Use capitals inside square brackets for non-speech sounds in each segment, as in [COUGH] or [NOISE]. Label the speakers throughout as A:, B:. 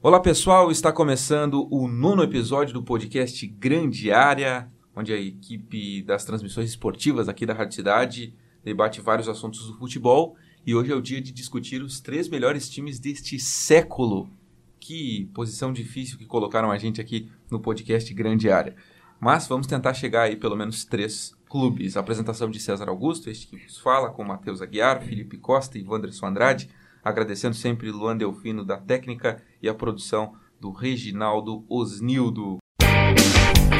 A: Olá pessoal, está começando o nono episódio do podcast Grande Área, onde a equipe das transmissões esportivas aqui da Rádio Cidade debate vários assuntos do futebol e hoje é o dia de discutir os três melhores times deste século. Que posição difícil que colocaram a gente aqui no podcast Grande Área. Mas vamos tentar chegar aí pelo menos três clubes. A apresentação de César Augusto, este que nos fala, com Matheus Aguiar, Felipe Costa e Wanderson Andrade. Agradecendo sempre Luan Delfino da técnica e a produção do Reginaldo Osnildo.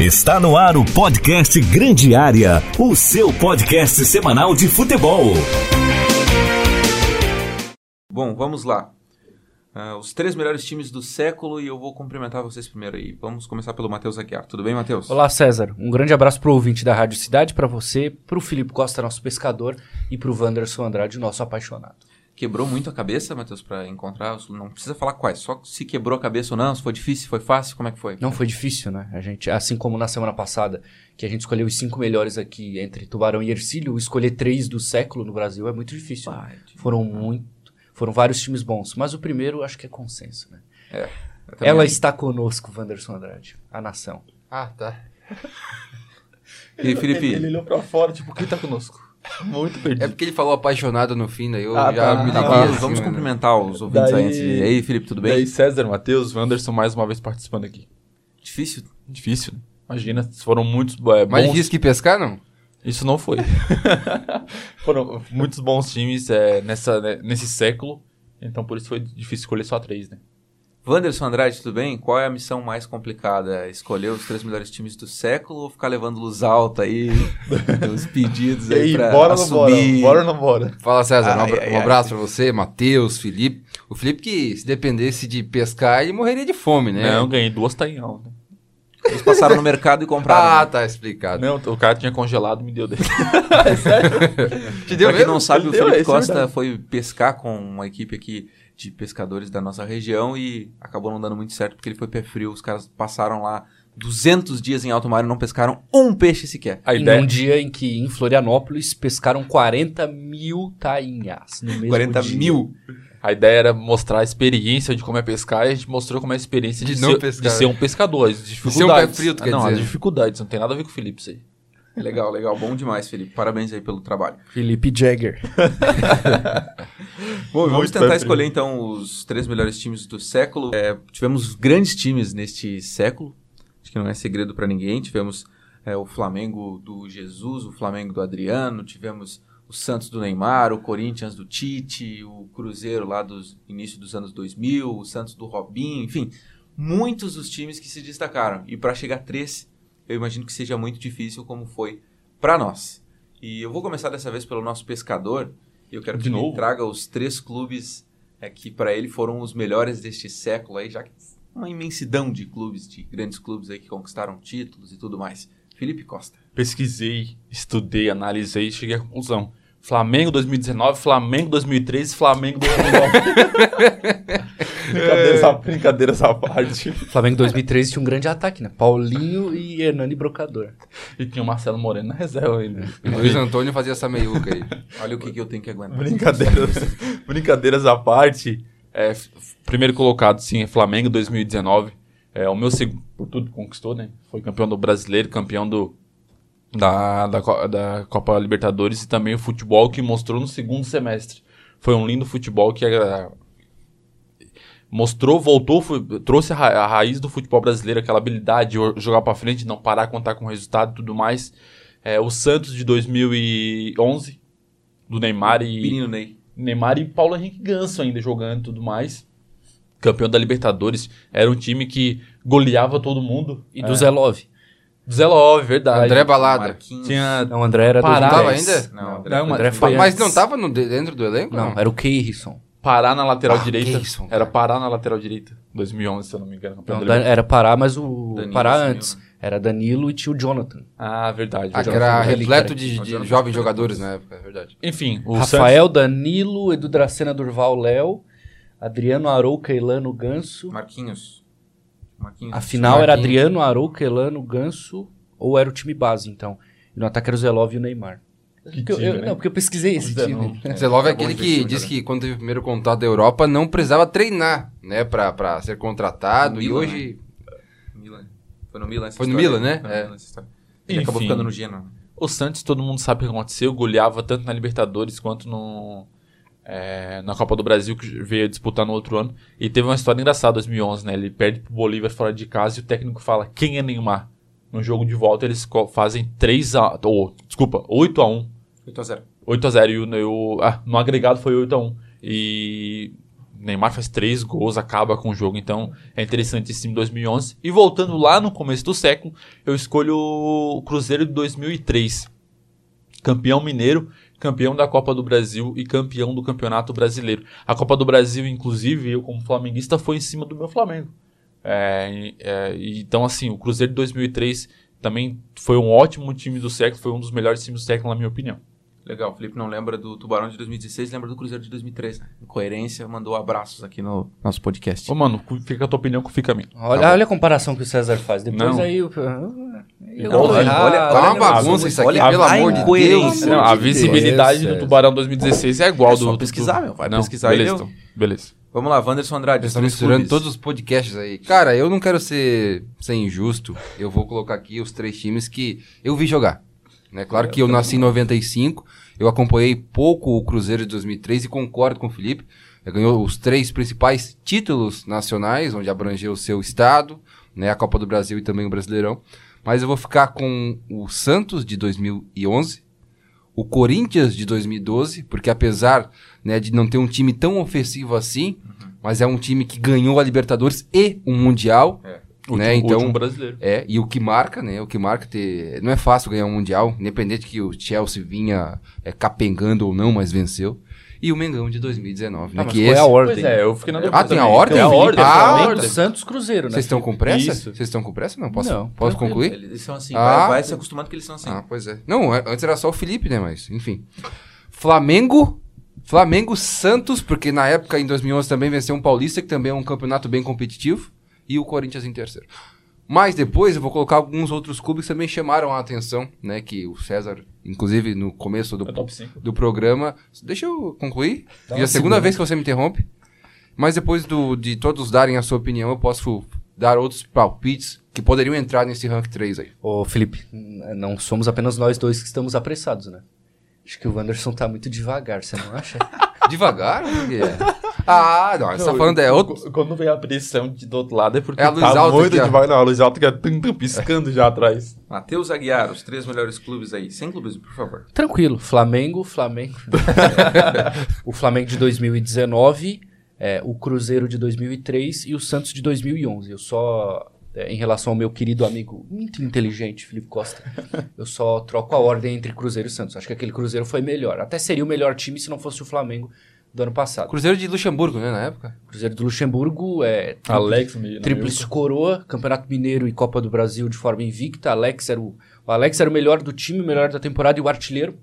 B: Está no ar o podcast Grande Área, o seu podcast semanal de futebol.
A: Bom, vamos lá. Ah, os três melhores times do século e eu vou cumprimentar vocês primeiro aí. Vamos começar pelo Matheus Aguiar. Tudo bem, Matheus?
C: Olá, César. Um grande abraço pro ouvinte da Rádio Cidade, para você, pro Felipe Costa, nosso pescador, e pro Wanderson Andrade, nosso apaixonado.
A: Quebrou muito a cabeça, Matheus, para encontrar? os- Não precisa falar quais, só se quebrou a cabeça ou não, se foi difícil, se foi fácil, como é que foi?
C: Não foi difícil, né? A gente, assim como na semana passada, que a gente escolheu os cinco melhores aqui entre Tubarão e Ercílio, escolher três do século no Brasil é muito difícil. né?
A: Ah,
C: Foram muito, foram vários times bons, mas o primeiro acho que é consenso, né?
A: eu também- é.
C: Ela está conosco, Wanderson Andrade, a nação.
D: Ah, tá.
A: E Felipe?
E: Ele, ele
C: [LAUGHS]
E: olhou pra fora, tipo, quem tá conosco? [LAUGHS] Muito perdido.
D: É porque ele falou apaixonado no fim, daí eu
E: Ah,
D: já
E: tá.
D: me
A: Tá,
D: liguei.
A: vamos,
D: assim,
A: vamos
D: né?
A: cumprimentar os ouvintes
E: Daí-
A: aí antes. de- E aí, Felipe, tudo
E: E
A: bem?
E: aí, César, Matheus, Wanderson, mais uma vez participando aqui.
A: Difícil.
E: Difícil, né? Imagina, foram muitos é, bons...
D: Mais difícil que pescar, não?
E: Isso não
D: [LAUGHS]
E: foi. foram muitos bons times é, nessa, né, nesse século, então por isso foi difícil escolher só três, né?
A: Wanderson Andrade, tudo bem? Qual é a missão mais complicada? Escolher os três melhores times do século ou ficar levando luz alta
E: [LAUGHS]
A: aí? os pedidos aí pra assumir?
E: Bora ou não bora?
D: Fala, César. um,
A: Ai,
D: abra-
A: ai,
D: um
A: ai.
D: abraço pra você, Matheus, Felipe. O Felipe que se dependesse de pescar, ele morreria de fome, né?
E: Não, ganhei duas tainhão. Né?
A: Eles passaram no mercado e
D: Ah,
A: compraram.
D: tá explicado.
E: Não, o cara tinha congelado, me deu dele.
D: Te deu
A: pra quem
D: mesmo?
A: não sabe, o
E: Ele Ah, deu,
A: Felipe
E: isso é
A: Costa
E: verdade.
A: foi pescar com uma equipe aqui de pescadores da nossa região e acabou não dando muito certo porque ele foi pé frio. Os caras passaram lá 200 dias em alto mar e não pescaram um peixe sequer.
E: A
C: em
E: ideia...
C: um dia em que em Florianópolis pescaram 40 mil tainhas no mesmo
A: 40
C: dia.
A: mil.
E: A ideia era mostrar a experiência de como é pescar e a gente mostrou como é a experiência de,
D: De não
E: ser,
D: pescar.
E: de ser um pescador. As dificuldades.
D: pé frio, tu
E: Ah,
D: quer
E: não,
D: dizer,
E: as
D: né?
E: dificuldades. Não tem nada a ver com o Felipe isso aí.
A: Legal, legal. Bom demais, Felipe. Parabéns aí pelo trabalho.
C: Felipe Jagger.
A: Bom, vamos
E: Muito
A: tentar
E: perfeito.
A: escolher então os três melhores times do século. É, tivemos grandes times neste século, acho que não é segredo para ninguém. Tivemos é, o Flamengo do Jesus, o Flamengo do Adriano, tivemos o Santos do Neymar, o Corinthians do Tite, o Cruzeiro lá dos início dos anos 2000, o Santos do Robinho, enfim, muitos dos times que se destacaram. E para chegar a três, eu imagino que seja muito difícil, como foi para nós. E eu vou começar dessa vez pelo nosso pescador. e Eu quero que
E: De
A: ele
E: novo?
A: traga os três clubes é, que para ele foram os melhores deste século aí, já que uma imensidão de clubes, de grandes clubes aí que conquistaram títulos e tudo mais. Felipe Costa.
E: Pesquisei, estudei, analisei e cheguei à conclusão. Flamengo 2019, Flamengo 2013, Flamengo [LAUGHS] 2009. brincadeira, essa, brincadeira essa parte.
C: Flamengo 2013 tinha um grande ataque, né? Paulinho e Hernani Brocador.
E: E tinha o Marcelo Moreno na reserva ainda.
D: O Luiz Antônio fazia essa meiuca aí.
A: Olha o que, que eu tenho que aguentar.
E: Brincadeiras, brincadeiras à parte. é, f- f- primeiro colocado, sim, é Flamengo 2019. É, o meu segundo, por tudo que conquistou, né? Foi campeão do Brasileiro, campeão do, da, da, Co- da Copa Libertadores e também o futebol que mostrou no segundo semestre. Foi um lindo futebol que ah, mostrou, voltou, foi- trouxe a, ra- a raiz do futebol brasileiro, aquela habilidade de o- jogar pra frente, não parar, contar com o resultado e tudo mais. É, o Santos de 2011, do Neymar e...
A: Menino Ney.
E: Neymar e Paulo Henrique Ganso ainda jogando e tudo mais. Campeão da Libertadores. Era um time que goleava todo mundo. É,
C: E do Zé Love.
E: Zé Love, verdade.
D: André Balada.
A: Marquinhos.
E: tinha...
C: Não, o André era
E: Pará
D: Tava
C: 2010.
D: ainda?
A: Não,
E: Não, mas-
C: André foi
D: Mas
C: antes.
D: não tava no- dentro do elenco?
C: Não, era o Keirson.
E: Pará na lateral
D: Ah,
E: direita.
D: que isso, cara.
E: era Pará na lateral direita. 2011, se eu não me engano. Campeão
C: Não,
E: da
C: Dan-
E: Libertadores.
C: era Pará, mas o
A: Danilo
C: Pará
A: assumiu,
C: antes. Era Danilo e tio Jonathan.
E: Ah, verdade.
D: Ah, que
E: verdade.
D: era
C: Jonathan
D: repleto
C: Daly,
D: de,
A: Nós
D: de
A: éramos completos.
D: jovens jogadores na época, é verdade.
E: Enfim, o
C: Rafael, Danilo, Edu Dracena, Durval, Léo, Adriano, Arouca, Elano, Ganso.
A: Marquinhos. Marquinhos.
C: A final era
D: Marquinhos.
C: Adriano, Arouca, Elano, Ganso, ou era o time base, então. E no ataque era o Zelov e o Neymar. Porque eu-
E: time,
C: eu-
E: né?
C: Não, porque eu pesquisei esse
E: Ainda não.
C: time.
E: É,
D: Zelov é
E: acabou
D: aquele
E: de
D: que
E: ver
D: diz
E: jogar.
D: que quando teve o primeiro contato da Europa não precisava treinar, né, pra, pra ser contratado.
A: Milan,
D: e hoje.
A: Milan. Foi no Milan essa
D: Foi no
A: história,
D: Milan, né?
A: Foi no
D: É.
A: Milan essa história. Ele
E: Enfim.
A: acabou ficando no Genoa. né?
E: O Santos, todo mundo sabe o que aconteceu, goleava tanto na Libertadores quanto no, é, na Copa do Brasil, que veio disputar no outro ano. E teve uma história engraçada em 2011, né? Ele perde pro Bolívar fora de casa e o técnico fala quem é Neymar. No jogo de volta eles co- fazem 3 a... Ou, desculpa, 8 a 1
A: 8x0.
E: 8x0 e o, e o- ah, no agregado foi 8x1. E Neymar faz três gols, acaba com o jogo. Então é interessante esse time de 2011. E voltando lá no começo do século, eu escolho o Cruzeiro de 2003. Campeão mineiro, campeão da Copa do Brasil e campeão do Campeonato Brasileiro. A Copa do Brasil, inclusive, eu como flamenguista, foi em cima do meu Flamengo. É, e- é, e- então, assim, o Cruzeiro de 2003 também foi um ótimo time do século, foi um dos melhores times do século, na minha opinião.
A: Legal, o Felipe não lembra do Tubarão de 2016, lembra do Cruzeiro de 2003. Né? Coerência, mandou abraços aqui no nosso podcast.
E: Ô, mano, cu- fica a tua opinião que fica a minha.
C: Olha, olha a comparação que o César faz. Depois
E: Não.
C: aí o. Eu
E: Olha,
C: tô errado.
A: olha-
D: Tá
A: olha
D: uma
A: a
D: bagunça isso aqui,
A: olha
D: pelo
A: a
D: amor de Deus.
A: incoerência.
E: Não, a
C: Deus,
E: é visibilidade
C: César.
E: do Tubarão 2016 é igual
A: É
E: do.
A: só
E: do-
A: pesquisar,
E: do-
A: meu, vai
E: Não,
A: pesquisar
E: beleza,
A: e deu.
E: então. Beleza.
A: Vamos lá, Wanderson Andrade.
D: Eles
A: os
D: estão
A: três
D: tá misturando
A: clubes.
D: todos os podcasts aí. Cara, eu não quero ser, ser injusto. Eu vou colocar aqui os três times que eu vi jogar. Né? Claro que eu nasci em 95, eu acompanhei pouco o Cruzeiro de 2003 e concordo com o Felipe. Ele Ganhou os três principais títulos nacionais, onde abrangeu o seu estado, né? a Copa do Brasil e também o Brasileirão. Mas eu vou ficar com o Santos de 2011, o Corinthians de 2012, porque apesar né, de não ter um time tão ofensivo assim,
E: Uhum.
D: mas é um time que ganhou a Libertadores e um Mundial.
E: É.
D: Né,
E: Último-
D: então-
E: último brasileiro.
D: É, e o que marca, né? O que marca ter. Não é fácil ganhar um Mundial, independente que o Chelsea vinha é, capengando ou não, mas venceu. E o Mengão de 2019, né?
C: Ah, mas
D: que
C: qual é
D: esse-
C: a ordem? é
E: Pois é, eu fiquei na dúvida
D: Ah, tem a
E: também.
D: ordem?
E: Tem a
D: Felipe?
E: ordem.
D: Ah,
E: tem a
D: a
E: ordem.
D: ordem.
C: Santos Cruzeiro, né?
D: Vocês estão com pressa?
E: Isso.
D: Vocês estão com pressa? Não, posso,
C: Não,
D: posso
C: tranquilo.
D: concluir?
A: Eles são assim,
D: Ah.
A: vai, vai se acostumando que eles são assim.
D: Ah, pois é. Não, a- antes era só o Felipe, né? Mas, enfim. Flamengo. Flamengo Santos, porque na época, em 2011, também venceu um Paulista, que também é um campeonato bem competitivo. E o Corinthians em terceiro. Mas depois eu vou colocar alguns outros clubes que também chamaram a atenção, né? Que o César, inclusive no começo do,
E: É top 5.
D: do programa. Deixa eu concluir. é a segunda vez que você me interrompe. Mas depois do- de todos darem a sua opinião, eu posso dar outros palpites que poderiam entrar nesse rank 3 aí.
C: Ô, Felipe, n- não somos apenas nós dois que estamos apressados, né? Acho que o Wanderson tá muito devagar, você não acha?
D: Devagar? o que [LAUGHS] é? Ah, não, você tá falando é outro.
E: Quando vem a pressão de, do outro lado é porque
D: É a luz alta aqui, ó.
E: Não, a luz alta que é tum, tum, piscando já atrás.
A: Matheus Aguiar, os três melhores clubes aí. Sem clubismo, por favor.
C: Tranquilo, Flamengo, Flamengo. o Flamengo de 2019, é, o Cruzeiro de 2003 e o Santos de 2011. Eu só, é, em relação ao meu querido amigo, muito inteligente, Felipe Costa, eu só troco a ordem entre Cruzeiro e Santos. Acho que aquele Cruzeiro foi melhor. Até seria o melhor time se não fosse o Flamengo do ano passado.
D: Cruzeiro de Luxemburgo, né, na época?
C: Cruzeiro do Luxemburgo é
E: Alex né? me-
C: Tríplice Coroa, Campeonato Mineiro e Copa do Brasil de forma invicta. Alex era o, o Alex era o melhor do time, o melhor da temporada e o artilheiro.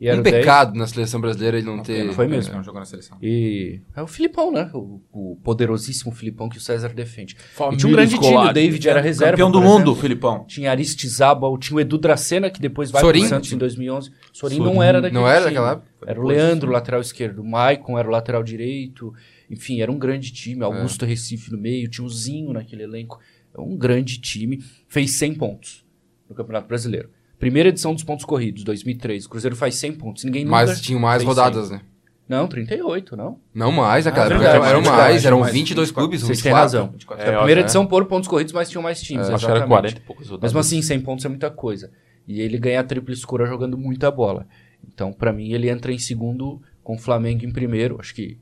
C: E era
D: um
C: o 10.
D: pecado na seleção brasileira ele não
A: Uma
D: ter.
A: pena,
C: Foi
A: uma pena
C: mesmo.
A: que É, Não jogou na seleção.
C: E é o Filipão, né? O, o poderosíssimo Filipão que o César defende.
E: Família
C: e tinha um grande time,
E: escolar.
C: o David era reserva.
A: É, Campeão do
C: por
A: mundo,
C: exemplo.
A: Filipão.
C: Tinha Aristizábal, tinha o Edu Dracena, que depois vai
D: Sorin?
C: pro Santos em 2011. Sorin,
E: Sorin.
C: não era daquele
D: Não era
C: time.
D: daquela época?
C: Era o Leandro, lateral esquerdo. O Maicon era o lateral direito. Enfim, era um grande
D: É.
C: time. Augusto Recife no meio, tinha o Zinho naquele elenco. É um grande time. Fez 100 pontos no Campeonato Brasileiro. Primeira edição dos pontos corridos, 2003. O Cruzeiro faz 100 pontos. Ninguém
D: Mas
C: nunca
D: tinham mais
C: fez
D: rodadas, né?
C: cem. Não, 38, não.
D: Não mais
C: Ah,
D: naquela época.
C: verdade,
D: eram
C: verdade,
D: mais, eram
A: mais
D: 22
A: 24.
D: clubes,
C: Vocês têm
D: 24.
C: razão.
E: É,
C: a
E: eu
C: primeira
E: acho,
C: edição por pontos corridos, mas tinham mais times.
E: né? Acho que era
C: exatamente.
E: 40 e poucos rodadas.
C: Mesmo assim, 100 pontos é muita coisa. E ele ganha a tríplice coroa jogando muita bola. Então, pra mim, ele entra em segundo com o Flamengo em primeiro. Acho que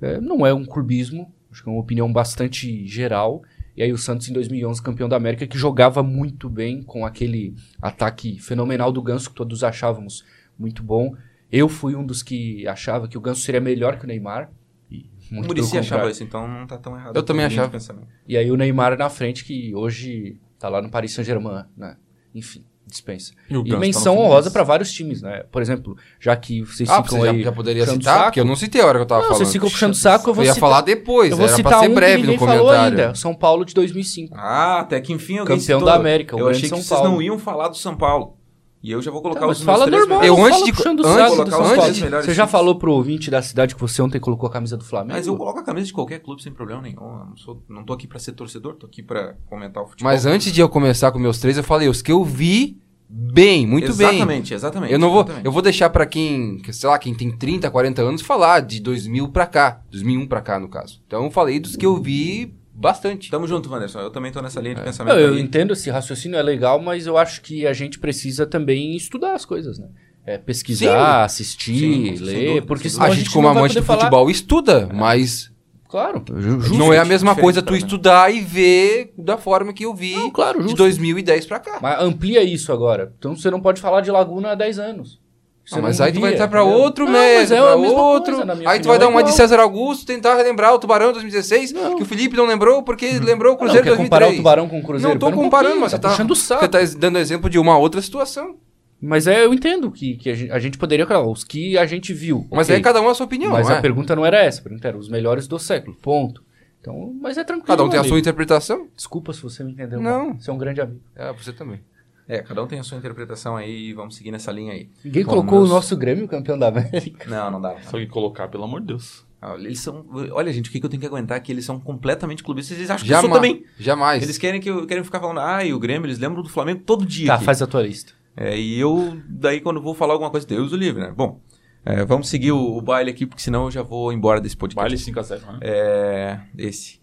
C: é, não é um clubismo, acho que é uma opinião bastante geral. E aí o Santos em 2011, campeão da América, que jogava muito bem com aquele ataque fenomenal do Ganso que todos achávamos muito bom. Eu fui um dos que achava que o Ganso seria melhor que o Neymar. E
A: O
C: muito
A: Murici
C: pelo
A: achava
C: contrário.
A: isso, então não tá tão errado.
D: Eu também
A: a linha de
D: achava.
A: pensamento.
C: E aí o Neymar é na frente, que hoje tá lá no Paris Saint-Germain, né? Enfim, dispensa.
E: o Ganso
C: E
E: tá no
C: menção
E: Fluminense.
C: honrosa pra vários times, né? Por exemplo, já que vocês
D: Ah,
C: ficam
D: você já,
C: aí
D: já poderia
C: puxando
D: citar?
C: saco.
D: Porque eu não citei a hora que eu tava
C: Não,
D: falando.
C: vocês ficam puxando saco, eu vou
D: ia
C: citar-
D: falar depois,
C: eu vou
D: era
C: citar
D: pra ser
C: um
D: breve
C: que
D: no
C: ninguém falou
D: comentário.
C: ainda. São Paulo de 2005.
A: Ah, até que enfim alguém
C: Campeão
A: citou.
C: da América, o
A: Eu
C: grande
A: achei que
C: São
A: vocês
C: Paulo.
A: não iam falar do São Paulo. E eu já vou colocar
C: Tá, mas
A: os meus
C: fala
A: três
C: normal,
A: melhores.
D: Eu
C: fala
D: antes de-
C: puxando o
D: antes-
C: saco do
A: colocar
C: São
D: os
C: Paulo.
D: três
A: melhores
C: Você já
A: times.
C: falou pro ouvinte da cidade que você ontem colocou a camisa do Flamengo?
A: Mas eu coloco a camisa de qualquer clube sem problema nenhum. Eu não, sou, não tô aqui pra ser torcedor, tô aqui pra comentar o futebol.
D: Tipo, Mas antes de eu começar com meus três, eu falei os que eu vi bem, muito bem.
A: exatamente, Exatamente, exatamente.
D: Eu não vou, eu vou deixar pra quem, que, sei lá, quem tem 30, 40 anos falar de 2000 pra cá, 2001 pra cá no caso. Então eu falei dos que eu vi bastante.
C: Então,
A: Tamo junto, Wanderson. Eu também tô nessa linha de pensamento
C: É. Não, eu
A: aí.
C: entendo esse raciocínio, é legal, mas eu acho que a gente precisa também estudar as coisas, né? É, pesquisar, assistir,
A: Sim, sem
C: ler,
A: dúvida,
C: porque
A: sem
C: senão
D: a, gente, como
C: então não vai
D: amante do
C: poder falar. É.
D: futebol estuda, mas
C: Claro,
D: não é a
A: diferente,
D: mesma
A: diferente
D: coisa
A: pra
D: tu
A: mim.
D: estudar e ver da forma que eu vi
C: Não, claro,
D: de
C: justo.
D: 2010 pra cá.
C: Mas amplia isso agora. Então você não pode falar de Laguna há 10 anos. Você
D: Ah,
C: não
D: mas aí tu vai
C: via,
D: entrar pra
C: entendeu?
D: outro
C: Não, mas
D: mesmo,
C: é a
D: pra
C: mesma
D: outro.
C: coisa, na minha
D: aí tu vai
C: opinião,
D: dar
C: é
D: uma de
C: igual.
D: César Augusto, tentar relembrar o Tubarão 2016, que o Felipe não lembrou porque lembrou o
C: Não,
D: Cruzeiro
C: quer comparar o
D: 2003.
C: Tubarão com o Cruzeiro?
D: Não tô
C: Pera um
D: comparando,
C: pouquinho,
D: mas você tá-
C: puxando o saco.
D: Você tá dando exemplo de uma outra situação.
C: Mas é, eu entendo que, que a, gente, a gente poderia... falar Os que a gente viu.
D: Mas
C: ok.
D: aí cada um a sua opinião,
C: Mas
D: não
C: a
D: é?
C: pergunta não era essa. A pergunta era os melhores do século, ponto. Então, mas é tranquilo.
D: Cada um tem a
C: amigo.
D: sua interpretação.
C: Desculpa se você me entendeu
D: Não.
C: mal. Você é um grande amigo.
D: É, você também.
A: É, cada um tem a sua interpretação aí, vamos seguir nessa linha aí.
C: Ninguém
A: Bom,
C: colocou
A: meus-
C: o nosso Grêmio campeão da América.
A: Não, não dá. não dá.
E: Só que colocar, pelo amor de Deus.
A: Ah, Eles são. Olha, gente, o que que eu tenho que aguentar? Que eles são completamente clubistas. Eles acham que eu sou
D: Jamais.
A: também.
D: Jamais.
A: Eles querem que eu querem ficar falando, ah, e o Grêmio, eles lembram do Flamengo todo dia.
C: [LAUGHS] Tá,
A: aqui."
C: faz a tua lista.
A: É, e eu, daí, quando vou falar alguma coisa, Deus o livre, né? Bom, é, vamos seguir o, o baile aqui, porque senão eu já vou embora desse podcast.
E: Baile 5x0, né?
A: É, esse.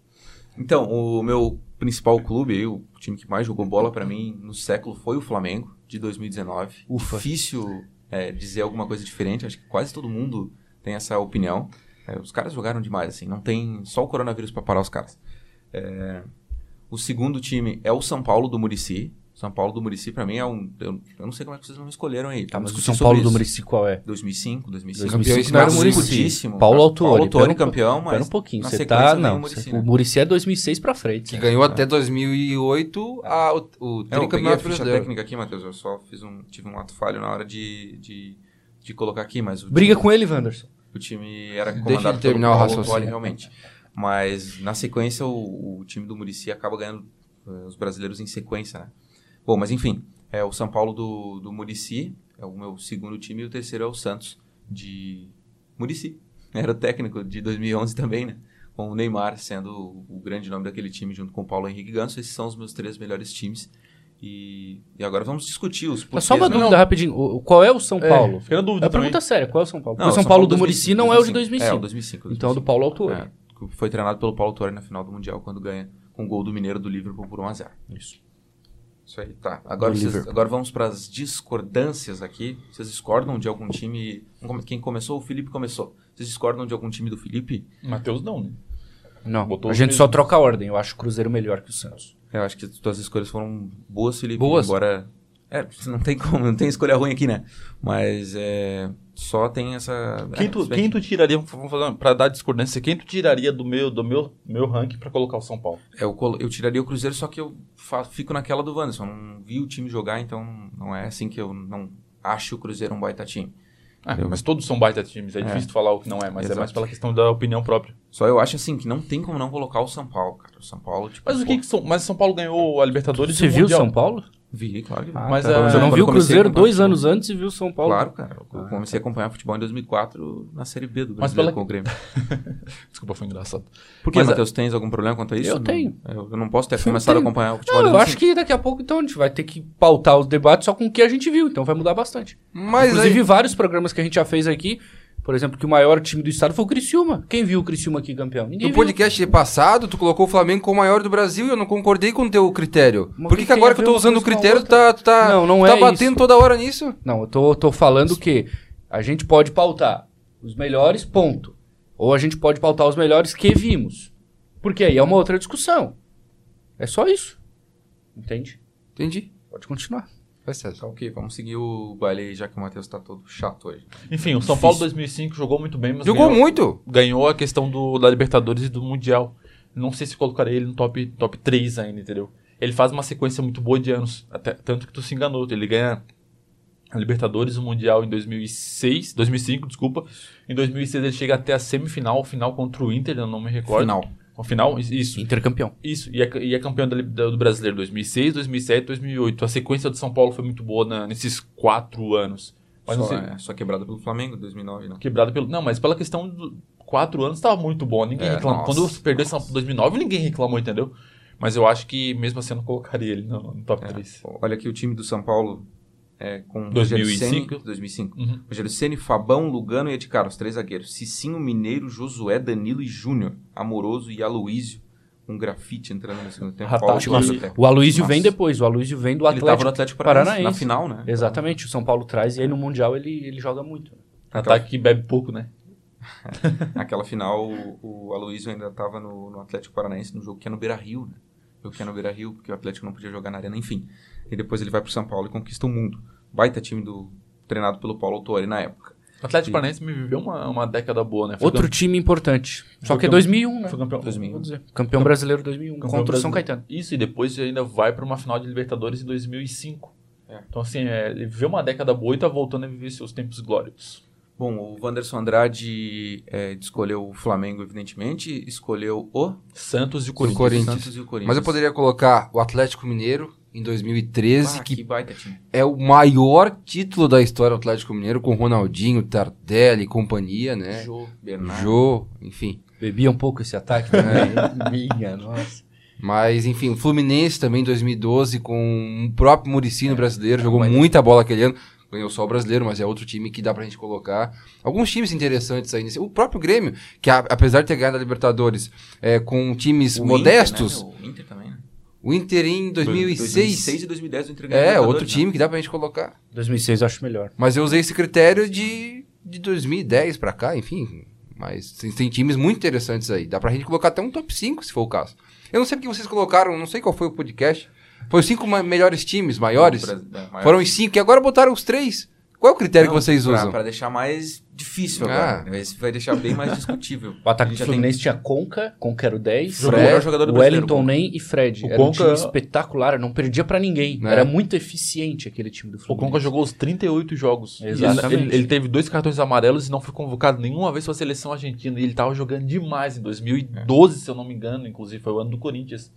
A: Então, o meu principal clube, aí, o time que mais jogou bola pra mim no século foi o Flamengo, de 2019.
C: Ufa.
A: Difícil é, dizer alguma coisa diferente, acho que quase todo mundo tem essa opinião. É, os caras jogaram demais, assim, não tem só o coronavírus pra parar os caras. É, o segundo time é o São Paulo do Murici. São Paulo do Murici, pra mim, é um. Eu, eu não sei como é que vocês não escolheram aí.
C: Tá, mas o
A: Discutir
C: São
A: sobre
C: Paulo do
A: isso.
C: Murici qual é?
A: 2005, 2005.
D: Campeão
C: 2005 não era o
D: Muricy.
C: Murici.
A: Muricy.
C: Paulo Autuori.
A: Paulo Autuori
C: Pera um
A: campeão,
C: po-
A: mas
C: Pera um pouquinho,
A: na
C: você
A: sequência
C: tá...
A: vem o
C: Não,
A: Muricy,
C: você-
A: né?
C: o Murici é 2006 pra frente.
D: Que
C: né?
D: ganhou até 2008 a, o, o
A: É, eu peguei a
D: tricampeonato
A: ficha
D: brasileiro.
A: técnica aqui, Matheus. Eu só fiz um, tive um ato falho na hora de, de, de colocar aqui, mas o,
C: Briga
A: time,
C: com ele, Wanderson.
A: o time era
D: Deixa
A: comandado
D: ele terminar o
A: pelo Paulo
D: raciocínio.
A: Autuori, realmente. Mas na sequência, o, o time do Murici acaba ganhando eh, os brasileiros em sequência, né? Bom, mas enfim, é o São Paulo do, do Murici é o meu segundo time e o terceiro é o Santos de Murici. [LAUGHS] Era o técnico de 2011 também, né? Com o Neymar sendo o- o grande nome daquele time junto com o Paulo Henrique Ganso. Esses são os meus três melhores times. E, e agora vamos discutir os porquês.
C: É Só uma
A: né?
C: dúvida rapidinho. O- o- qual é o São Paulo?
E: Fica na
C: É
E: dúvida
C: uma
E: também.
C: pergunta séria. Qual é o São Paulo?
A: Não,
C: Porque o São Paulo do
A: 2005,
C: Murici não é o de
A: 2005. É, o
C: 2005.
A: 2005.
C: Então é o do
A: 2005.
C: Paulo Autuori.
A: É, que foi treinado pelo Paulo Torre na final do Mundial, quando ganha com o gol do Mineiro do Liverpool por 1x0. Isso. Isso aí, tá. Agora,
C: Do
A: vocês-
C: Liverpool.
A: agora vamos para as discordâncias aqui. Vocês discordam de algum time? Quem começou? O Felipe começou. Vocês discordam de algum time do Felipe?
E: Matheus não, né?
C: Não,
E: Botou
C: a
E: os
C: gente
E: mesmos.
C: só troca a ordem. Eu acho o Cruzeiro melhor que o Santos.
A: Eu acho que as tuas escolhas foram boas, Felipe.
D: Boas?
A: Embora. É, não tem como, não tem escolha ruim aqui, né? Mas é. Só tem essa.
E: Quem
A: é,
E: tu,
A: se bem
E: quem tu tiraria, vamos fazer uma- pra dar discordância, quem tu tiraria do meu, do meu, meu ranking pra colocar o São Paulo?
A: É, eu, colo- eu tiraria o Cruzeiro, só que eu fa- fico naquela do Wanderson. Não vi o time jogar, então não é assim que eu não acho o Cruzeiro um baita time.
E: Ah, mas todos são baita times, é, difícil tu falar o que não é, mas é
A: Exato.
E: mais pela questão da opinião própria.
A: Só eu acho assim que não tem como não colocar o São Paulo, cara. O São Paulo, tipo.
E: Mas o que
A: pô,
E: que São, mas São Paulo ganhou a Libertadores
C: Você
E: e o
C: viu o
E: Mundial.
C: São Paulo?
A: Vi, claro. que vi.
E: Mas,
C: tá.
E: ah,
C: Você não
A: quando
C: viu
A: comecei a
C: o Cruzeiro
A: acompanhar
C: dois
A: futebol.
C: anos antes né? e viu o São Paulo?
A: Claro, cara. Eu comecei a acompanhar futebol em 2004 na Série B do
E: Mas
A: Brasileiro
E: pela-
A: com o Grêmio.
E: Desculpa, foi engraçado.
A: Por que,
E: Mas a-
A: Matheus, tens algum problema quanto a isso?
C: Eu
A: Não-
C: tenho.
A: Eu eu não posso ter
C: Eu
A: começado a
C: tenho.
A: acompanhar o futebol
C: Não,
A: em
C: eu acho
A: 2005.
C: que daqui a pouco, então, a gente vai ter que pautar os debates só com o que a gente viu. Então vai mudar bastante.
D: Mas
C: Inclusive,
D: aí,
C: vários programas que a gente já fez aqui, por exemplo, que o maior time do estado foi o Criciúma. Quem viu o Criciúma aqui campeão? Ninguém
D: no
C: viu.
D: podcast passado, tu colocou o Flamengo como o maior do Brasil e eu não concordei com o teu critério.
C: Mas
D: Por
C: o
D: que,
C: que
D: que
C: tem
D: agora
C: a
D: que eu
C: ver
D: tô
C: uma
D: usando o
C: coisa com a
D: critério,
C: outra?
D: tá, tu tá,
C: Não, não
D: tu tá
C: é
D: batendo
C: isso.
D: toda hora nisso?
C: Não, eu tô, tô falando que a gente pode pautar os melhores, ponto. Ou a gente pode pautar os melhores que vimos. Porque aí é uma outra discussão. É só isso. Entende?
D: Entendi.
C: Pode continuar.
D: Vai, César.
A: Tá ok, vamos seguir o baile aí, já que o Matheus tá todo chato hoje.
E: Enfim, o São Paulo 2005 jogou muito bem, mas
D: Jogou
E: ganhou,
D: muito.
E: ganhou a questão do, da Libertadores e do Mundial. Não sei se colocaria ele no top, top 3 ainda, entendeu? Ele faz uma sequência muito boa de anos, até, tanto que tu se enganou. Ele ganha a Libertadores, o Mundial em 2006, 2005, desculpa. Em 2006 ele chega até a semifinal, final contra o Inter, eu não me recordo.
A: Final.
E: Uma final? Isso.
C: Intercampeão.
E: Isso, e é, ca- e é campeão da, Li- da- do Brasileiro 2006, 2007, 2008. A sequência do São Paulo foi muito boa na- nesses quatro anos. Mas não
A: só,
E: sei,
A: é, só quebrado pelo Flamengo, 2009, não.
E: quebrado pelo. Não, mas pela questão do quatro anos estava muito bom, ninguém
A: É,
E: reclamou.
A: nossa,
E: Quando perdeu em 2009, ninguém reclamou, entendeu? Mas eu acho que mesmo assim eu não colocaria ele no, no
A: É.
E: top 3.
A: Olha aqui o time do São Paulo é, com
E: 2005.
A: 2005. 2005.
E: Uhum.
A: Rogério Ceni, Fabão, Lugano e Ed Carlos, três zagueiros. Cicinho, Mineiro, Josué, Danilo e Júnior. Amoroso e Aloísio, um grafite entrando no segundo tempo.
E: Ataque.
A: Paulo Souza
E: Nossa.
A: até.
C: O Aloysio vem
A: Nossa.
C: depois, o Aloysio vem do
A: Ele tava
C: Atlético.
A: no Atlético Paranaense, na
C: Paranaense.
A: final, né?
C: Exatamente, o São Paulo traz e aí no Mundial ele, ele joga muito. né?
E: Ataque que bebe pouco, né?
A: tá. Naquela final, o, o Aloysio ainda estava no, no Atlético Paranaense, no jogo que é no Beira-Rio, né? O jogo que é no Beira-Rio, porque o Atlético não podia jogar na arena, enfim. E depois ele vai pro São Paulo e conquista o mundo. Baita time do treinado pelo Paulo Autori na época.
E: O Atlético
A: Sim.
E: Paranaense me viveu uma, uma década boa, né? Foi
C: Outro
E: campe-
C: time importante. Só que é
E: Campeão-
C: 2001, né?
E: foi campeão.
A: 2000.
C: Vou dizer. Campeão brasileiro 2001
E: Campeão
C: contra o São
E: brasileiro.
C: Caetano.
E: Isso, e depois ainda vai pra uma final de Libertadores em 2005.
A: É.
E: Então, assim, é, ele viveu uma década boa e tá voltando a viver seus tempos glóricos.
A: Bom, o Wanderson Andrade eh, escolheu o Flamengo, evidentemente, escolheu o
E: Santos e
D: Corinthians.
E: Corinthians.
A: Santos e o Corinthians.
D: Mas eu poderia colocar o Atlético Mineiro em 2013,
A: Ah,
D: que
A: que baita time.
D: é o maior título da história do Atlético Mineiro, com Ronaldinho, Tardelli e companhia, né?
A: Jô, Bernardo.
D: Jô, enfim.
C: Bebia um pouco esse ataque, [LAUGHS] né? Minha, nossa.
D: Mas, enfim, o Fluminense também em 2012, com o próprio Murici
A: É,
D: no brasileiro, jogou muita bola aquele ano. Ganhou só o brasileiro, mas é outro time que dá pra gente colocar. Alguns times interessantes aí nesse. O próprio Grêmio, que a- apesar de ter ganhado a Libertadores é, com times
A: O
D: modestos,
A: Inter, né? O Inter também, né?
D: o Inter em 2006.
A: 2006 e 2010 o Inter ganhou
D: é,
A: a
D: outro
A: Libertadores, né?
D: time que dá pra gente colocar.
C: 2006 eu acho melhor.
D: Mas eu usei esse critério de, de 2010 pra cá, enfim. Mas tem, tem times muito interessantes aí. Dá pra gente colocar até um top 5, se for o caso. Eu não sei porque vocês colocaram, não sei qual foi o podcast. Foi os cinco ma- melhores times,
A: né?
D: maiores.
A: O Brasil- é, maiores.
D: Foram os cinco, e agora botaram os três. Qual é o critério
A: Não,
D: que vocês
A: pra-
D: usam?
A: Pra deixar mais difícil
D: Ah.
A: agora. Esse vai deixar bem mais
D: [LAUGHS]
A: discutível.
C: O ataque
A: Ele
C: do
A: já
C: Fluminense tinha Conca, Conca era o 10.
D: Jogou
A: o
D: Fred,
A: melhor jogador do brasileiro,
C: Wellington,
A: Conca.
C: Nen e Fred.
E: O
C: era um
E: Conca-
C: time espetacular, não perdia pra ninguém.
D: Né?
C: Era muito eficiente aquele time do
E: O
C: Fluminense.
E: Conca jogou os 38 jogos. E
C: Exatamente.
E: Ele, ele teve dois cartões amarelos e não foi convocado nenhuma vez pra seleção argentina. E ele tava jogando demais em 2012, se eu não me engano. Inclusive, foi o ano do Corinthians.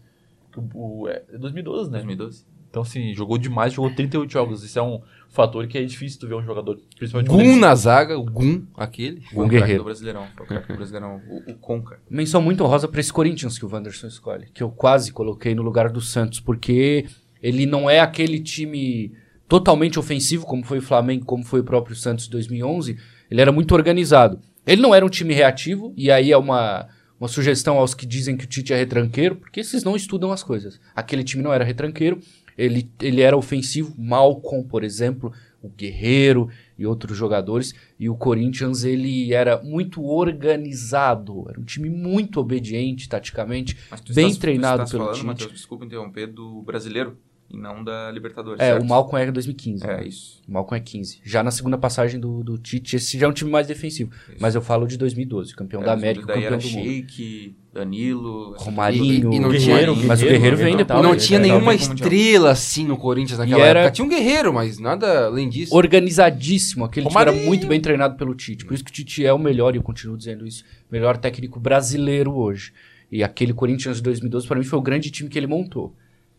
E: O, o- é, 2012, né?
A: 2012.
E: Então, assim, jogou demais, jogou 38 jogos. Isso é um fator que é difícil tu ver um jogador, principalmente quando ele-
D: Gum na zaga, o Gum, aquele.
A: Foi o
C: Um
A: é craque
C: guerreiro.
A: do Brasileirão. Foi o craque do Brasileirão. O, o Conca.
C: Menção muito honrosa pra esse Corinthians que o Wanderson escolhe, que eu quase coloquei no lugar do Santos, porque ele não é aquele time totalmente ofensivo, como foi o Flamengo, como foi o próprio Santos em 2011. Ele era muito organizado. Ele não era um time reativo, e aí é uma, uma sugestão aos que dizem que o Tite é retranqueiro, porque esses não estudam as coisas. Aquele time não era retranqueiro, ele, ele era ofensivo, Malcom, por exemplo, o Guerreiro e outros jogadores. E o Corinthians ele era muito organizado, era um time muito obediente taticamente.
A: Mas tu
C: Bem
A: estás, tu
C: treinado
A: estás
C: pelo
A: falando,
C: Tite.
A: Matheus, desculpa interromper, do brasileiro e não da Libertadores.
C: É,
A: certo?
C: o Malcom era em 2015.
A: É,
C: né?
A: isso.
C: O Malcom é 15. Já na segunda passagem do, do Tite, esse já é um time mais defensivo.
A: isso.
C: Mas eu falo de 2012, campeão da América,
A: É, daí
C: campeão
A: era
C: do mundo.
A: Sheik, Danilo, assim, essa
C: Romarinho,
D: E- e não
E: Guerreiro,
D: tinha-
C: mas o Guerreiro vem
A: Guerreiro,
C: depois.
D: não
C: né?
D: tinha
A: é,
D: nenhuma
A: talvez mundial.
D: estrela assim no Corinthians naquela
C: E era-
D: época. Tinha um guerreiro, mas nada além disso.
C: organizadíssimo. Aquele time
E: Romarinho.
C: era muito bem treinado pelo Tite. Por isso que o Tite é o melhor, e eu continuo dizendo isso, melhor técnico brasileiro hoje. E aquele Corinthians de 2012, para mim, foi o grande time que ele montou.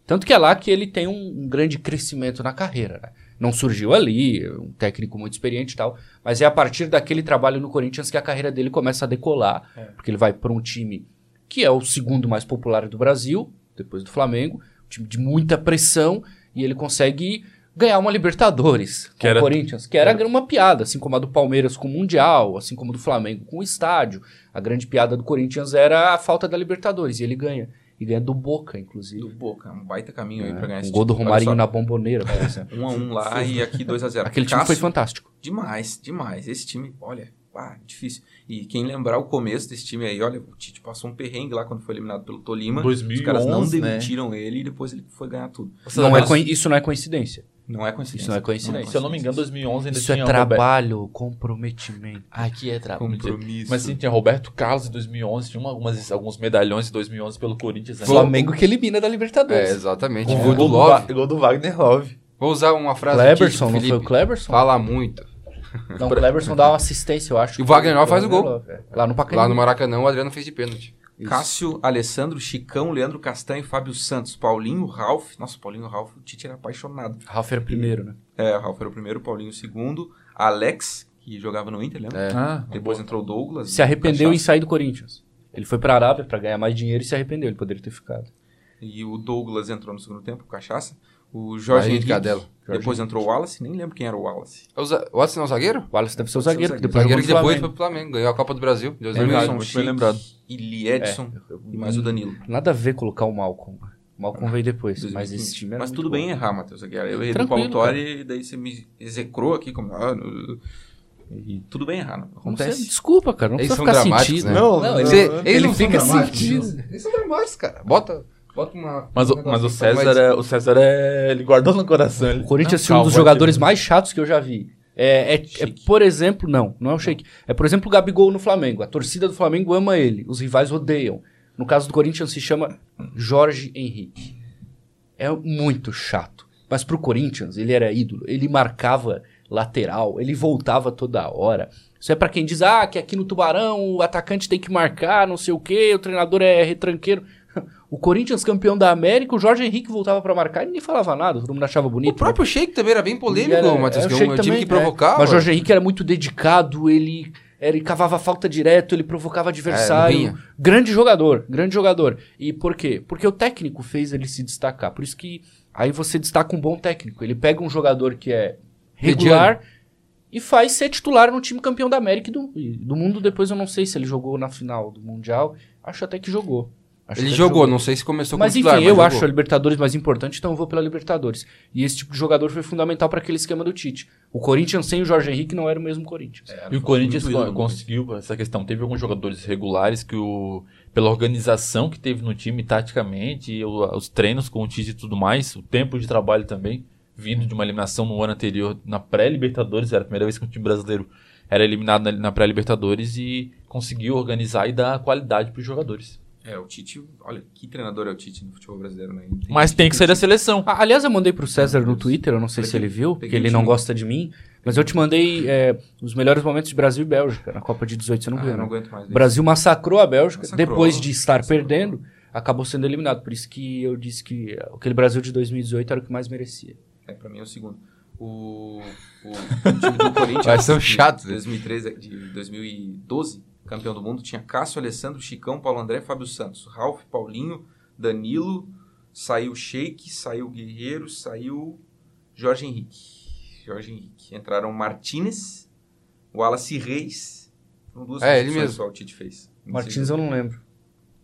C: Tanto que é lá que ele tem um, um grande crescimento na carreira. né? Não surgiu ali, é um técnico muito experiente e tal, mas é a partir daquele trabalho no Corinthians que a carreira dele começa a decolar. Porque ele vai para um time que é o segundo mais popular do Brasil, depois do Flamengo, um time de muita pressão, e ele consegue ganhar uma Libertadores
E: Que
C: com
E: era-
C: o Corinthians, que era, uma piada, assim como a do Palmeiras com o Mundial, assim como a do Flamengo com o estádio. A grande piada do Corinthians era a falta da Libertadores, e ele ganha. E ganha do Boca, inclusive.
A: Do Boca, um baita caminho aí pra ganhar
C: Um
A: esse
C: gol do
A: título.
C: Romarinho
A: Olha
C: na bomboneira, por exemplo. [LAUGHS]
A: só, 1 um a 1 um lá e aqui 2 a 0
C: Aquele time foi fantástico.
A: Demais, demais. Esse time, olha, pá, difícil. E quem lembrar o começo desse time aí, olha, o Tite passou um perrengue lá quando foi eliminado pelo Tolima. Os caras não
E: 2011, né?
A: demitiram ele e depois ele foi ganhar tudo.
C: Não é
E: Mas-
C: coi- isso não é coincidência.
A: Não é coincidência.
C: Isso não é coincidência.
E: Se eu não me engano, 2011 ainda
C: Isso é
E: tinha... Roberto-
C: trabalho, comprometimento.
E: Aqui é trabalho.
A: Compromisso.
E: Mas sim, tinha Roberto Carlos em 2011, tinha uma- algumas, alguns medalhões em 2011 pelo Corinthians. né?
C: Flamengo que elimina da Libertadores.
D: É, exatamente.
E: Com
D: Gol do Love.
E: Va- gol do Wagner Love.
D: Vou usar uma frase
C: Cleberson,
D: do
C: não
D: Tite,
C: foi o
D: Felipe.
C: Cleberson?
D: Fala muito.
C: Não, o Cleberson dá uma assistência, eu acho.
D: E o Wagner Love faz o gol.
C: Lá no Pacaembu.
D: Lá no Maracanã, o Adriano fez de pênalti.
C: Isso.
A: Cássio, Alessandro, Chicão, Leandro Castanho, Fábio Santos, Paulinho, Ralf. Nossa, Paulinho Ralf, o Tite era apaixonado.
C: Ralf era primeiro, né?
A: É, Ralf era o primeiro, Paulinho o segundo, Alex, que jogava no Inter,
D: É.
A: lembra?
E: Ah,
A: Depois entrou o Douglas.
C: É. Se arrependeu em
A: Cachaça.
C: sair do Corinthians. Ele foi pra Arábia pra ganhar mais dinheiro e se arrependeu. Ele poderia ter ficado.
A: E o Douglas entrou no segundo tempo, o Cachaça. O Jorge
D: Aí,
A: Henrique.
D: Cadela.
A: Depois entrou o Wallace, nem lembro quem era o Wallace.
D: O Za- o Watson é um zagueiro?
C: O Alisson deve ser
A: Deve ser
C: o
A: o
C: zagueiro, que
A: zagueiro.
C: depois
D: zagueiro que
C: jogou no
D: depois foi
C: Tá Flamengo.
D: pro Flamengo, ganhou a Copa do Brasil em
E: É verdade,
D: 2001.
A: Emerson
E: muito bem
A: Sheik
E: lembrado.
A: E Liedson e mais o Danilo.
C: Nada a ver colocar o Malcom. O Malcom veio depois, mas
A: 2015.
C: esse time era
A: Mas
C: muito
A: tudo
C: bom.
A: bem errar, Matheus Aguiar. Eu errei do Paulo
C: Tranquilo,
A: Torre e daí você me execrou aqui como. ah, no- E tudo bem errar, não
C: Não
A: acontece.
C: precisa- desculpa, cara. Não
D: Eles
C: precisa
D: são
C: ficar
D: dramáticos,
C: sentido.
D: né?
F: Não,
C: Não,
F: não,
C: ele,
D: Você-
F: não.
D: eles
C: ele
D: não são
C: fica
D: dramáticos,
C: sentido.
A: né?
D: Eles são normais, cara. Bota, bota uma.
E: Mas, o-
D: um
E: mas o
D: negocinho,
E: César, é, o César é, ele guardou no coração. Ele, é
C: O Corinthians
E: Não,
C: foi um dos
E: calma, vai
C: jogadores
E: ter-
C: mais chatos que eu já vi. É, é- é, por exemplo, não, não é o Sheik. É, por exemplo, o Gabigol no Flamengo. A torcida do Flamengo ama ele, os rivais odeiam. No caso do Corinthians se chama Jorge Henrique. É muito chato. Mas pro Corinthians, ele era ídolo. Ele marcava lateral, ele voltava toda hora. Isso é pra quem diz, ah, que aqui no Tubarão o atacante tem que marcar, não sei o quê, o treinador é retranqueiro. [LAUGHS] O Corinthians campeão da América, o Jorge Henrique voltava pra marcar e ninguém falava nada, todo mundo achava bonito.
D: O próprio Sheik também era bem polêmico,
C: Ele era-
D: Matheus.
C: era
D: que
C: o
D: eu-
C: Sheik
D: Eu tive
C: também,
D: que
C: é.
D: provocar.
C: Mas
D: mano.
C: Jorge Henrique era muito dedicado, ele, ele cavava falta direto, ele provocava
D: É,
C: adversário.
D: não
C: grande jogador, grande jogador. E por quê? Porque o técnico fez ele se destacar. Por isso que aí você destaca um bom técnico. Ele pega um jogador que é regular e faz ser titular no time campeão da América e do, e do mundo. Depois eu não sei se ele jogou na final do Mundial. Acho até que jogou. Acho
D: Ele
C: até que
D: jogou, não sei se começou
C: mas
D: como
C: enfim,
D: titular,
C: eu
D: mas
C: acho a
D: jogou.
C: Libertadores mais importante, então eu vou pela Libertadores. E esse tipo de jogador foi fundamental para aquele esquema do Tite. O Corinthians sem o Jorge Henrique não era o mesmo Corinthians.
E: E o Corinthians
A: Muito ídolo,
E: co- conseguiu essa questão. Teve alguns jogadores regulares que o pela organização que teve no time taticamente, e o- os treinos com o Tite e tudo mais, o tempo de trabalho também, vindo de uma eliminação no ano anterior na pré-Libertadores, era a primeira vez que um time brasileiro era eliminado na, na pré-Libertadores e conseguiu organizar e dar qualidade para os jogadores.
A: É, o Tite, olha, que treinador é o Tite no futebol brasileiro, né? Ele
E: Mas tem que sair da seleção.
C: Ah, aliás, eu mandei pro César no Twitter, eu não sei se ele viu, porque ele não gosta de mim, mas eu te mandei é, os melhores momentos de Brasil e Bélgica na Copa de 18, você não
A: Ah,
C: viu,
A: eu
C: né?
A: não aguento mais.
C: O Brasil massacrou a Bélgica,
A: Massacrou,
C: depois de estar
A: massacrou.
C: perdendo, acabou sendo eliminado. Por isso que eu disse que aquele Brasil de 2018 era o que mais merecia.
A: É, pra mim é o segundo. O, o, o time do Corinthians.
D: Vai ser um chato,
A: De,
D: né?
A: 2013, de 2012, campeão do mundo, tinha Cássio, Alessandro, Chicão, Paulo André, Fábio Santos, Ralf, Paulinho, Danilo, saiu Sheik, saiu Guerreiro, saiu Jorge Henrique. Jorge Henrique. Entraram Martinez, Wallace Reis. Foram duas
D: É, ele
A: substituições
D: mesmo.
A: só o Tite fez. Não
C: Martins
A: sei-
C: eu não lembro.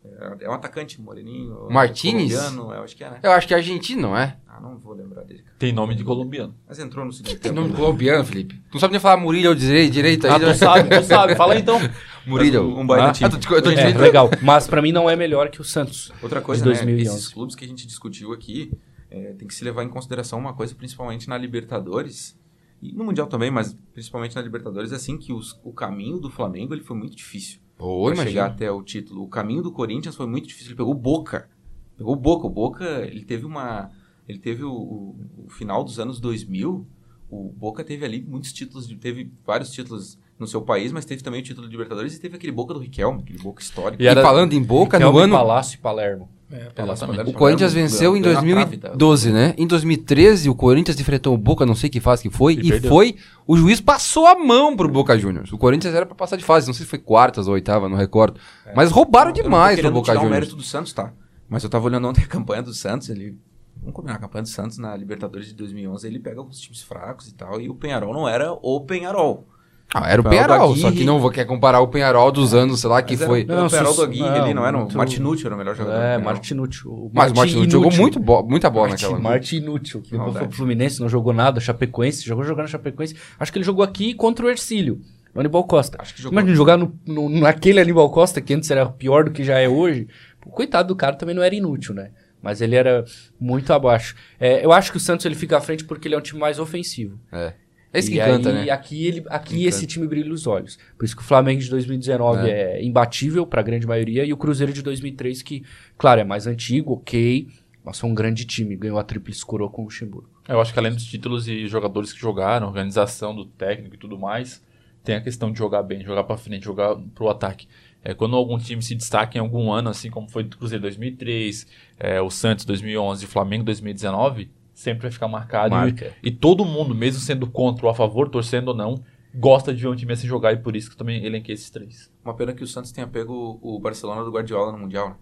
A: é, é um atacante, moreninho.
D: Martinez?
A: colombiano, eu acho que é, né?
D: Eu acho que é argentino, não é?
A: Ah, não vou lembrar dele. cara.
E: Tem nome de colombiano.
A: Mas entrou no segundo
D: Tem
A: tempo.
D: nome colombiano, Felipe. Tu não sabe nem falar Murilho ou direito, direito
E: Ah,
D: ainda.
E: tu
D: [LAUGHS]
E: sabe, tu [LAUGHS] sabe. Fala aí, então.
D: Murilho.
A: Um baita
D: ah,
A: time.
D: tu- eu tô
C: É,
D: direito.
C: legal, mas pra mim não é melhor que o Santos.
A: Outra coisa,
C: De
A: né?
C: 2011.
A: Esses clubes que a gente discutiu aqui, é, tem que se levar em consideração uma coisa, principalmente na Libertadores, e no Mundial também, mas principalmente na Libertadores, assim, que os- o caminho do Flamengo ele foi muito difícil
D: Pô,
A: pra chegar
D: imagina.
A: até o título. O caminho do Corinthians foi muito difícil. Ele pegou o Boca. Pegou o Boca. O Boca, ele teve uma. Ele teve o, o- o final dos anos 2000. O Boca teve ali muitos títulos, de- teve vários títulos no seu país, mas teve também o título de Libertadores e teve aquele Boca do Riquelme, aquele Boca histórico.
D: E,
E: era-
D: falando em boca, no
C: Riquelme,
D: ano.
C: Palácio e Palermo.
F: É,
E: Exatamente.
D: O Corinthians venceu em 2012, né? Em 2013, o Corinthians enfrentou o Boca, não sei que fase que foi,
E: E
D: e,
E: perdeu.
D: foi. O juiz passou a mão pro Boca Juniors. O Corinthians era pra passar de fase, não sei se foi quartas ou oitava, não recordo. Mas roubaram demais
A: eu não
D: pro
A: tô querendo
D: Boca
A: tirar o
D: Juniors.
A: mérito do Santos, tá? Mas eu tava olhando ontem a campanha do Santos, ele... Vamos combinar, a campanha do Santos na Libertadores de 2011, ele pega alguns times fracos e tal, e o Penharol não era o Penharol.
D: Ah, era o
A: Foi o
D: Penharol,
A: Aguirre.
D: só que não vou quer comparar o Penharol dos anos, sei lá, que foi.
A: Não,
C: Não,
A: o Penharol
C: sus-
A: do Aguirre,
C: não,
A: ele não era...
C: muito-
A: O Martinucci era o melhor jogador. do
C: É,
A: Penharol.
C: Martinútil. O
D: Mas o Martin jogou muito bo- muita bola
C: Martin,
D: naquela.
C: Martin inútil. que Depois foi
A: maldade.
C: pro Fluminense, não jogou nada. Chapecoense, jogou jogando Chapecoense. Acho que ele jogou aqui contra o Ercílio, no Anibal Costa.
A: Acho que jogou.
C: Imagina jogar no, no- naquele Anibal Costa, que antes era pior do que já é hoje. Pô, coitado do cara, também não era inútil, né? Mas ele era muito abaixo. É, eu acho que o Santos ele fica à frente porque ele é um time mais ofensivo.
D: É. É isso
C: E
D: que encanta,
C: aí,
D: né?
C: Aqui, ele, aqui
D: Encanta.
C: esse time brilha os olhos. Por isso que o Flamengo de 2019 é, imbatível para a grande maioria e o Cruzeiro de 2003, que, claro, é mais antigo, ok, mas foi um grande time. Ganhou a tríplice coroa com o Luxemburgo.
E: Eu acho que além dos títulos e jogadores que jogaram, organização do técnico e tudo mais, tem a questão de jogar bem, jogar pra frente, jogar pro ataque. É, quando algum time se destaca em algum ano, assim como foi do Cruzeiro 2003, é, o Santos 2011, Flamengo 2019, sempre vai ficar marcado.
C: Marca.
E: E, e todo mundo, mesmo sendo contra ou a favor, torcendo ou não, gosta de ver um time assim jogar e por isso que eu também elenquei esses três.
A: Uma pena que o Santos tenha pego o Barcelona do Guardiola no Mundial, né?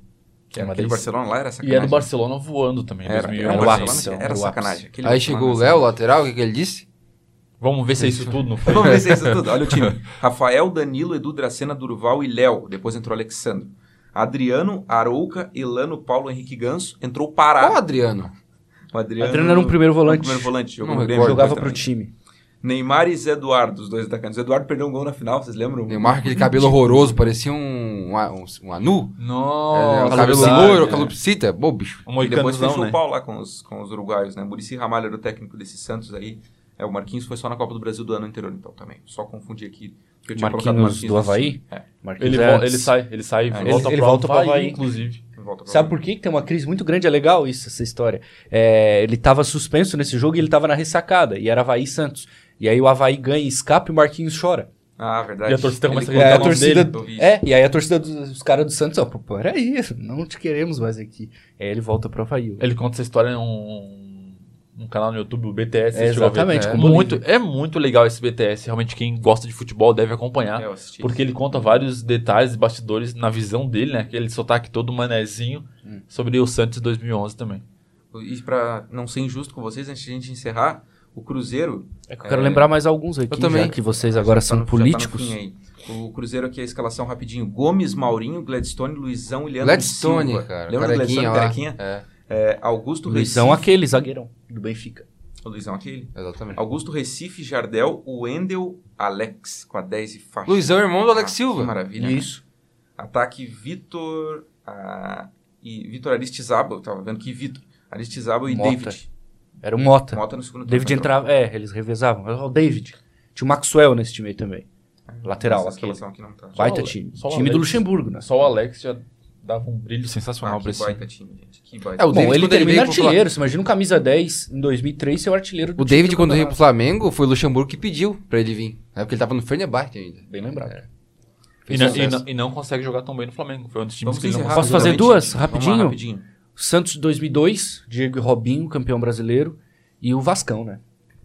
A: Que
E: É
A: era
E: uma
A: aquele
E: delícia.
A: Barcelona lá, era
E: E
A: sacanagem.
E: era o Barcelona voando também.
A: Era, era,
E: 2011.
A: o
C: ápice,
A: Barcelona,
C: era
A: era um
C: o
A: sacanagem.
C: ápice.
A: Aquele né?
D: Aí chegou o
A: Barcelona, assim.
D: Léo, lateral, o que, que ele disse?
E: Vamos ver se é isso tudo, não
A: [LAUGHS]
E: foi?
A: Vamos ver se é isso tudo. Olha o time. [LAUGHS] Rafael, Danilo, Edu, Dracena, Durval e Léo. Depois entrou Alexandre. Adriano, Arouca, Elano, Paulo Henrique Ganso. Entrou
D: Qual o
A: Pará.
D: Adriano?
A: O Adriano,
C: Adriano era um primeiro volante.
A: um primeiro volante. Jogou
D: Não
A: no Grêmio,
D: recordo.
A: jogou
C: Jogava pro
A: também.
C: time.
A: Neymar e Zé Eduardo, os dois atacantes. O Eduardo perdeu um gol na final, vocês lembram?
D: Neymar, aquele cabelo horroroso, parecia um, um, a- um, um anu. É,
E: Nossa,
D: um cabelo
E: verdade,
D: loiro,
E: é.
D: calopsita. Bom, bicho.
E: Um
A: E depois
E: moicanozão,
A: fechou
E: né?
A: o pau lá com os, com os uruguaios, né? Murici Ramalho era o técnico desse Santos aí. É, o Marquinhos foi só na Copa do Brasil do ano anterior, então, também. Só confundi aqui. porque eu tinha colocado
C: Marquinhos do
A: nesse
C: Havaí?
A: time. É,
C: Marquinhos
E: Ele,
C: é
E: vo-
C: antes.
E: ele sai, ele sai,
A: É,
E: volta,
C: ele- ele
E: pro
C: volta pro
E: Havaí,
C: Havaí.
E: inclusive.
A: volta pra
C: Sabe
A: lá.
C: por que que tem uma crise muito grande? É legal isso, essa história. É, ele tava suspenso nesse jogo e ele tava na ressacada. E era Havaí e Santos. E aí o Havaí ganha escape e o Marquinhos chora.
A: Ah, verdade.
E: E a torcida
A: Ele
E: começa a
A: contou o
E: gritar o
A: nome
E: nome dele.
A: eu vi isso.
C: É, e aí a torcida dos os caras do Santos, ó, pô, peraí, não te queremos mais aqui. Aí ele volta pro Havaí.
E: Ele conta essa história em um, um canal no YouTube, o BTS.
C: É,
E: você chegou a ver?
C: exatamente,
E: É
C: com o
E: muito, é muito legal esse BTS. Realmente, quem gosta de futebol deve acompanhar.
A: É, eu assisti.
E: Tá? Porque ele conta vários detalhes, bastidores, na visão dele, né? Aquele sotaque todo manezinho
C: Hum.
E: sobre o Santos 2011 também.
A: E pra não ser injusto com vocês, antes de a gente encerrar, o Cruzeiro.
C: É que eu quero lembrar mais alguns aqui,
D: também.
C: já que vocês agora
A: já tá
C: são
A: no- já tá no
C: políticos.
A: fim aí. O Cruzeiro aqui, a escalação rapidinho. Gomes, Maurinho, Gladstone, Luizão e Leandro
D: Gladstone,
A: Silva.
D: cara.
A: Lembra do
D: carequinha
A: Gladstone, carequinha?
D: lá. É,
A: É, Augusto
C: Luizão
A: Recife.
C: aquele, zagueirão do Benfica.
A: O Luizão aquele.
D: exatamente.
A: Augusto Recife, Jardel, Wendel, Alex, com a 10 e faixa.
D: Luizão, irmão do
A: Ah,
D: Alex
A: Que
D: Silva.
A: maravilha. né?
C: Isso.
A: Ataque Vitor ah, e Vitor Aristizaba, eu tava vendo que Vitor Aristizaba e
C: Mota.
A: David.
C: Era o Mota.
A: Mota no segundo
C: David
A: tempo. então. entrou.
C: entrava, é, eles revezavam. Era O David. Tinha o Maxwell nesse time aí também. Lateral,
A: Essa
C: aquele.
A: escalação aqui não tá.
C: Baita
E: o-
C: time.
E: só o
C: Time do
E: Alex.
C: Luxemburgo, né?
E: Só o Alex já dava um brilho
A: Ah,
E: sensacional pra
A: que
E: esse time.
A: baita time, gente. Que
D: É,
A: baita.
D: o
C: Bom,
D: David,
C: ele
D: quando ele
C: termina
D: veio pro Flamengo.
C: artilheiro. Você imagina um camisa 10 em 2003 ser o artilheiro do
D: O
C: time
D: David,
C: do
D: quando veio pro
C: campeonato.
D: Flamengo, foi o Luxemburgo que pediu pra ele vir. Na época ele tava no Fenerbahçe ainda.
C: Bem lembrado.
E: E
D: Fez
E: não, e,
D: sucesso.
E: não, e não consegue jogar tão bem no Flamengo. Foi um dos times que ele não
A: encerrar
C: Posso
E: conseguiu
C: fazer
A: rapidamente,
C: duas,
A: gente. Vamos lá,
C: rapidinho?
A: rapidinho.
C: Santos 2002, Diego e Robinho, campeão brasileiro. E o Vascão, né?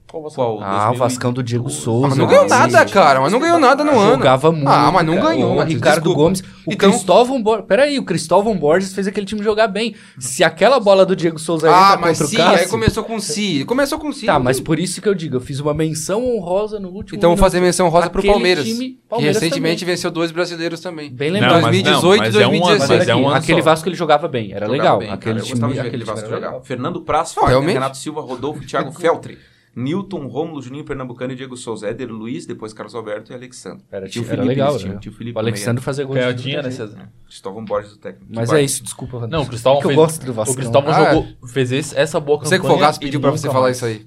A: Qual?
C: Ah, o
A: 2020?
C: Vascão do Diego Souza.
D: Ah, mas não ganhou
C: né?
D: nada, cara. Mas não ganhou nada no ano.
C: Jogava muito.
D: Ah, mas não
C: cara.
D: ganhou,
C: O
D: Matheus,
C: Ricardo
D: desculpa.
C: Gomes. O
D: Então-
C: Cristóvão Borges. Peraí, o Cristóvão Borges fez aquele time jogar bem. Se aquela bola do Diego Souza entra
D: Ah, mas
C: contra
D: sim,
C: o Cássio...
D: aí começou com si. Começou com si.
C: Tá, mas por isso que eu digo, eu fiz uma menção honrosa no último.
D: Então vou fazer menção rosa pro
C: Aquele
D: Palmeiras.
C: time,
D: que
C: Palmeiras
D: recentemente
C: também.
D: venceu dois brasileiros também.
C: Bem
E: Não,
C: lembrado.
E: mas não,
D: 2018
E: mas é um ano, mas
C: Mas
D: 2017.
E: é um ano
C: aquele
E: só.
C: Vasco ele jogava bem, era
A: Jogava
C: legal.
A: bem, cara.
C: aquele
A: eu
C: time,
A: gostava de ver aquele
C: time
A: Vasco
C: era
A: jogar.
C: legal.
A: Fernando Praz,
D: Não, realmente.
A: Renato Silva, Rodolfo, [LAUGHS] Thiago Feltre, Newton, Rômulo, Juninho Pernambucano e Diego Souza, Éder Luiz, depois Carlos Alberto e Alexandre.
C: Era,
A: Tio
C: era
A: Felipe
C: legal,
A: nesse time,
C: né?
A: tio Felipe
C: O Alexandre fazia gol. de tudo
E: Canhotinha,
C: que
E: né,
C: era
E: César?
A: meio. Cristóvão Borges, o técnico.
C: Mas
A: Que baita.
C: é isso, desculpa. Vanessa.
E: Não, o Cristóvão
C: É que eu
E: fez-
C: gosto do Vasco.
E: O Cristóvão
D: Ah,
E: jogou, um fez esse- essa boa
D: Você
E: campanha.
D: que o Fogaço
E: e
D: pediu pra
E: nunca
D: você falar
E: mais.
D: isso aí.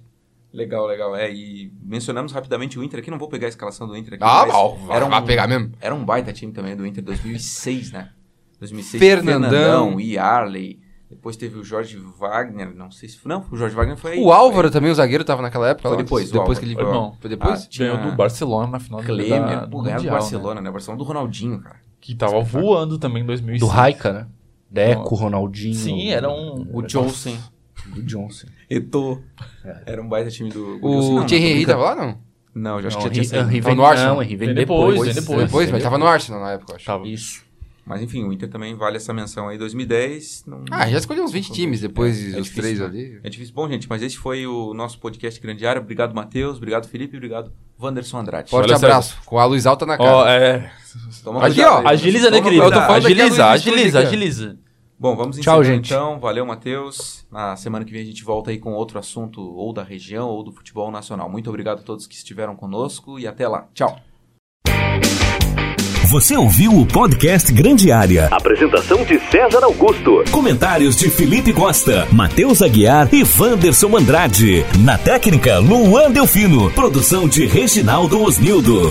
A: Legal, legal. É, e mencionamos rapidamente o Inter aqui. Não vou pegar a escalação do Inter aqui.
D: Ah,
A: mas
D: mal. Vai,
A: era um,
D: vai pegar mesmo.
A: Era um baita time também do Inter 2006, né? 2006.
D: Fernandão.
A: e Arley. Depois teve o Jorge Wagner. Não sei se... Não, o Jorge Wagner foi...
D: O Álvaro também, o zagueiro, tava naquela época.
A: Foi
D: lá,
A: depois, o
D: Depois
A: Álvaro.
D: que ele
E: Foi, irmão.
D: Foi depois?
A: Ah, tinha-
E: Ganhou do Barcelona na final da- da,
A: Klemer.
E: do
A: Pô, ganharam o
E: Mundial, né?
A: Barcelona, né? O Barcelona do Ronaldinho, cara.
E: Que tava voando também em 2005.
C: Do Raika, né? Deco,
E: Não.
C: Ronaldinho.
E: Sim, era um...
A: O Johnson.
C: Do Johnson.
A: Eto. Era um baita time do... Johnson,
D: O
A: não,
D: Thierry Henry
A: não, tô
D: tava lá, não?
A: brincando. Não, eu acho que já
C: Henry-
A: tinha saído.
C: Henry
D: Foi
C: vem-
D: no Arsenal?
C: Não, Henry vem
E: Vem depois,
C: depois.
E: vem
D: Depois,
E: Depois,
D: mas tava no Arsenal na época, eu acho.
E: Tava.
C: Isso.
A: Mas enfim, o Inter também vale essa menção aí. 2010... Não...
D: Ah, já escolheu uns 20 times depois
A: É, é
D: os
A: difícil,
D: três
A: né?
D: ali.
A: É difícil. Bom, gente, mas esse foi o nosso podcast Grande Área. Obrigado, Matheus. Obrigado, Felipe. Obrigado, Wanderson Andrade.
D: Forte
E: Olha,
D: abraço. Com a luz alta na cara.
E: Ó, é...
A: Toma
D: Aqui,
A: cuidado aí,
D: ó,
A: Wanderson.
E: Agiliza, né,
A: Toma
E: querido?
D: eu tô
A: cuidado.
D: falando aqui, a luz
E: Agiliza,
D: estúdio
E: agiliza,
D: aqui, ó.
E: agiliza.
A: Bom, vamos
C: Tchau,
A: encerrar
C: gente.
A: então. Valeu, Matheus. Na semana que vem a gente volta aí com outro assunto, ou da região, ou do futebol nacional. Muito obrigado a todos que estiveram conosco e até lá. Tchau.
B: Você ouviu o podcast Grande Área.
F: Apresentação de César Augusto.
B: Comentários de Felipe Costa, Matheus Aguiar e Wanderson Andrade. Na técnica, Luan Delfino. Produção de Reginaldo Osnildo.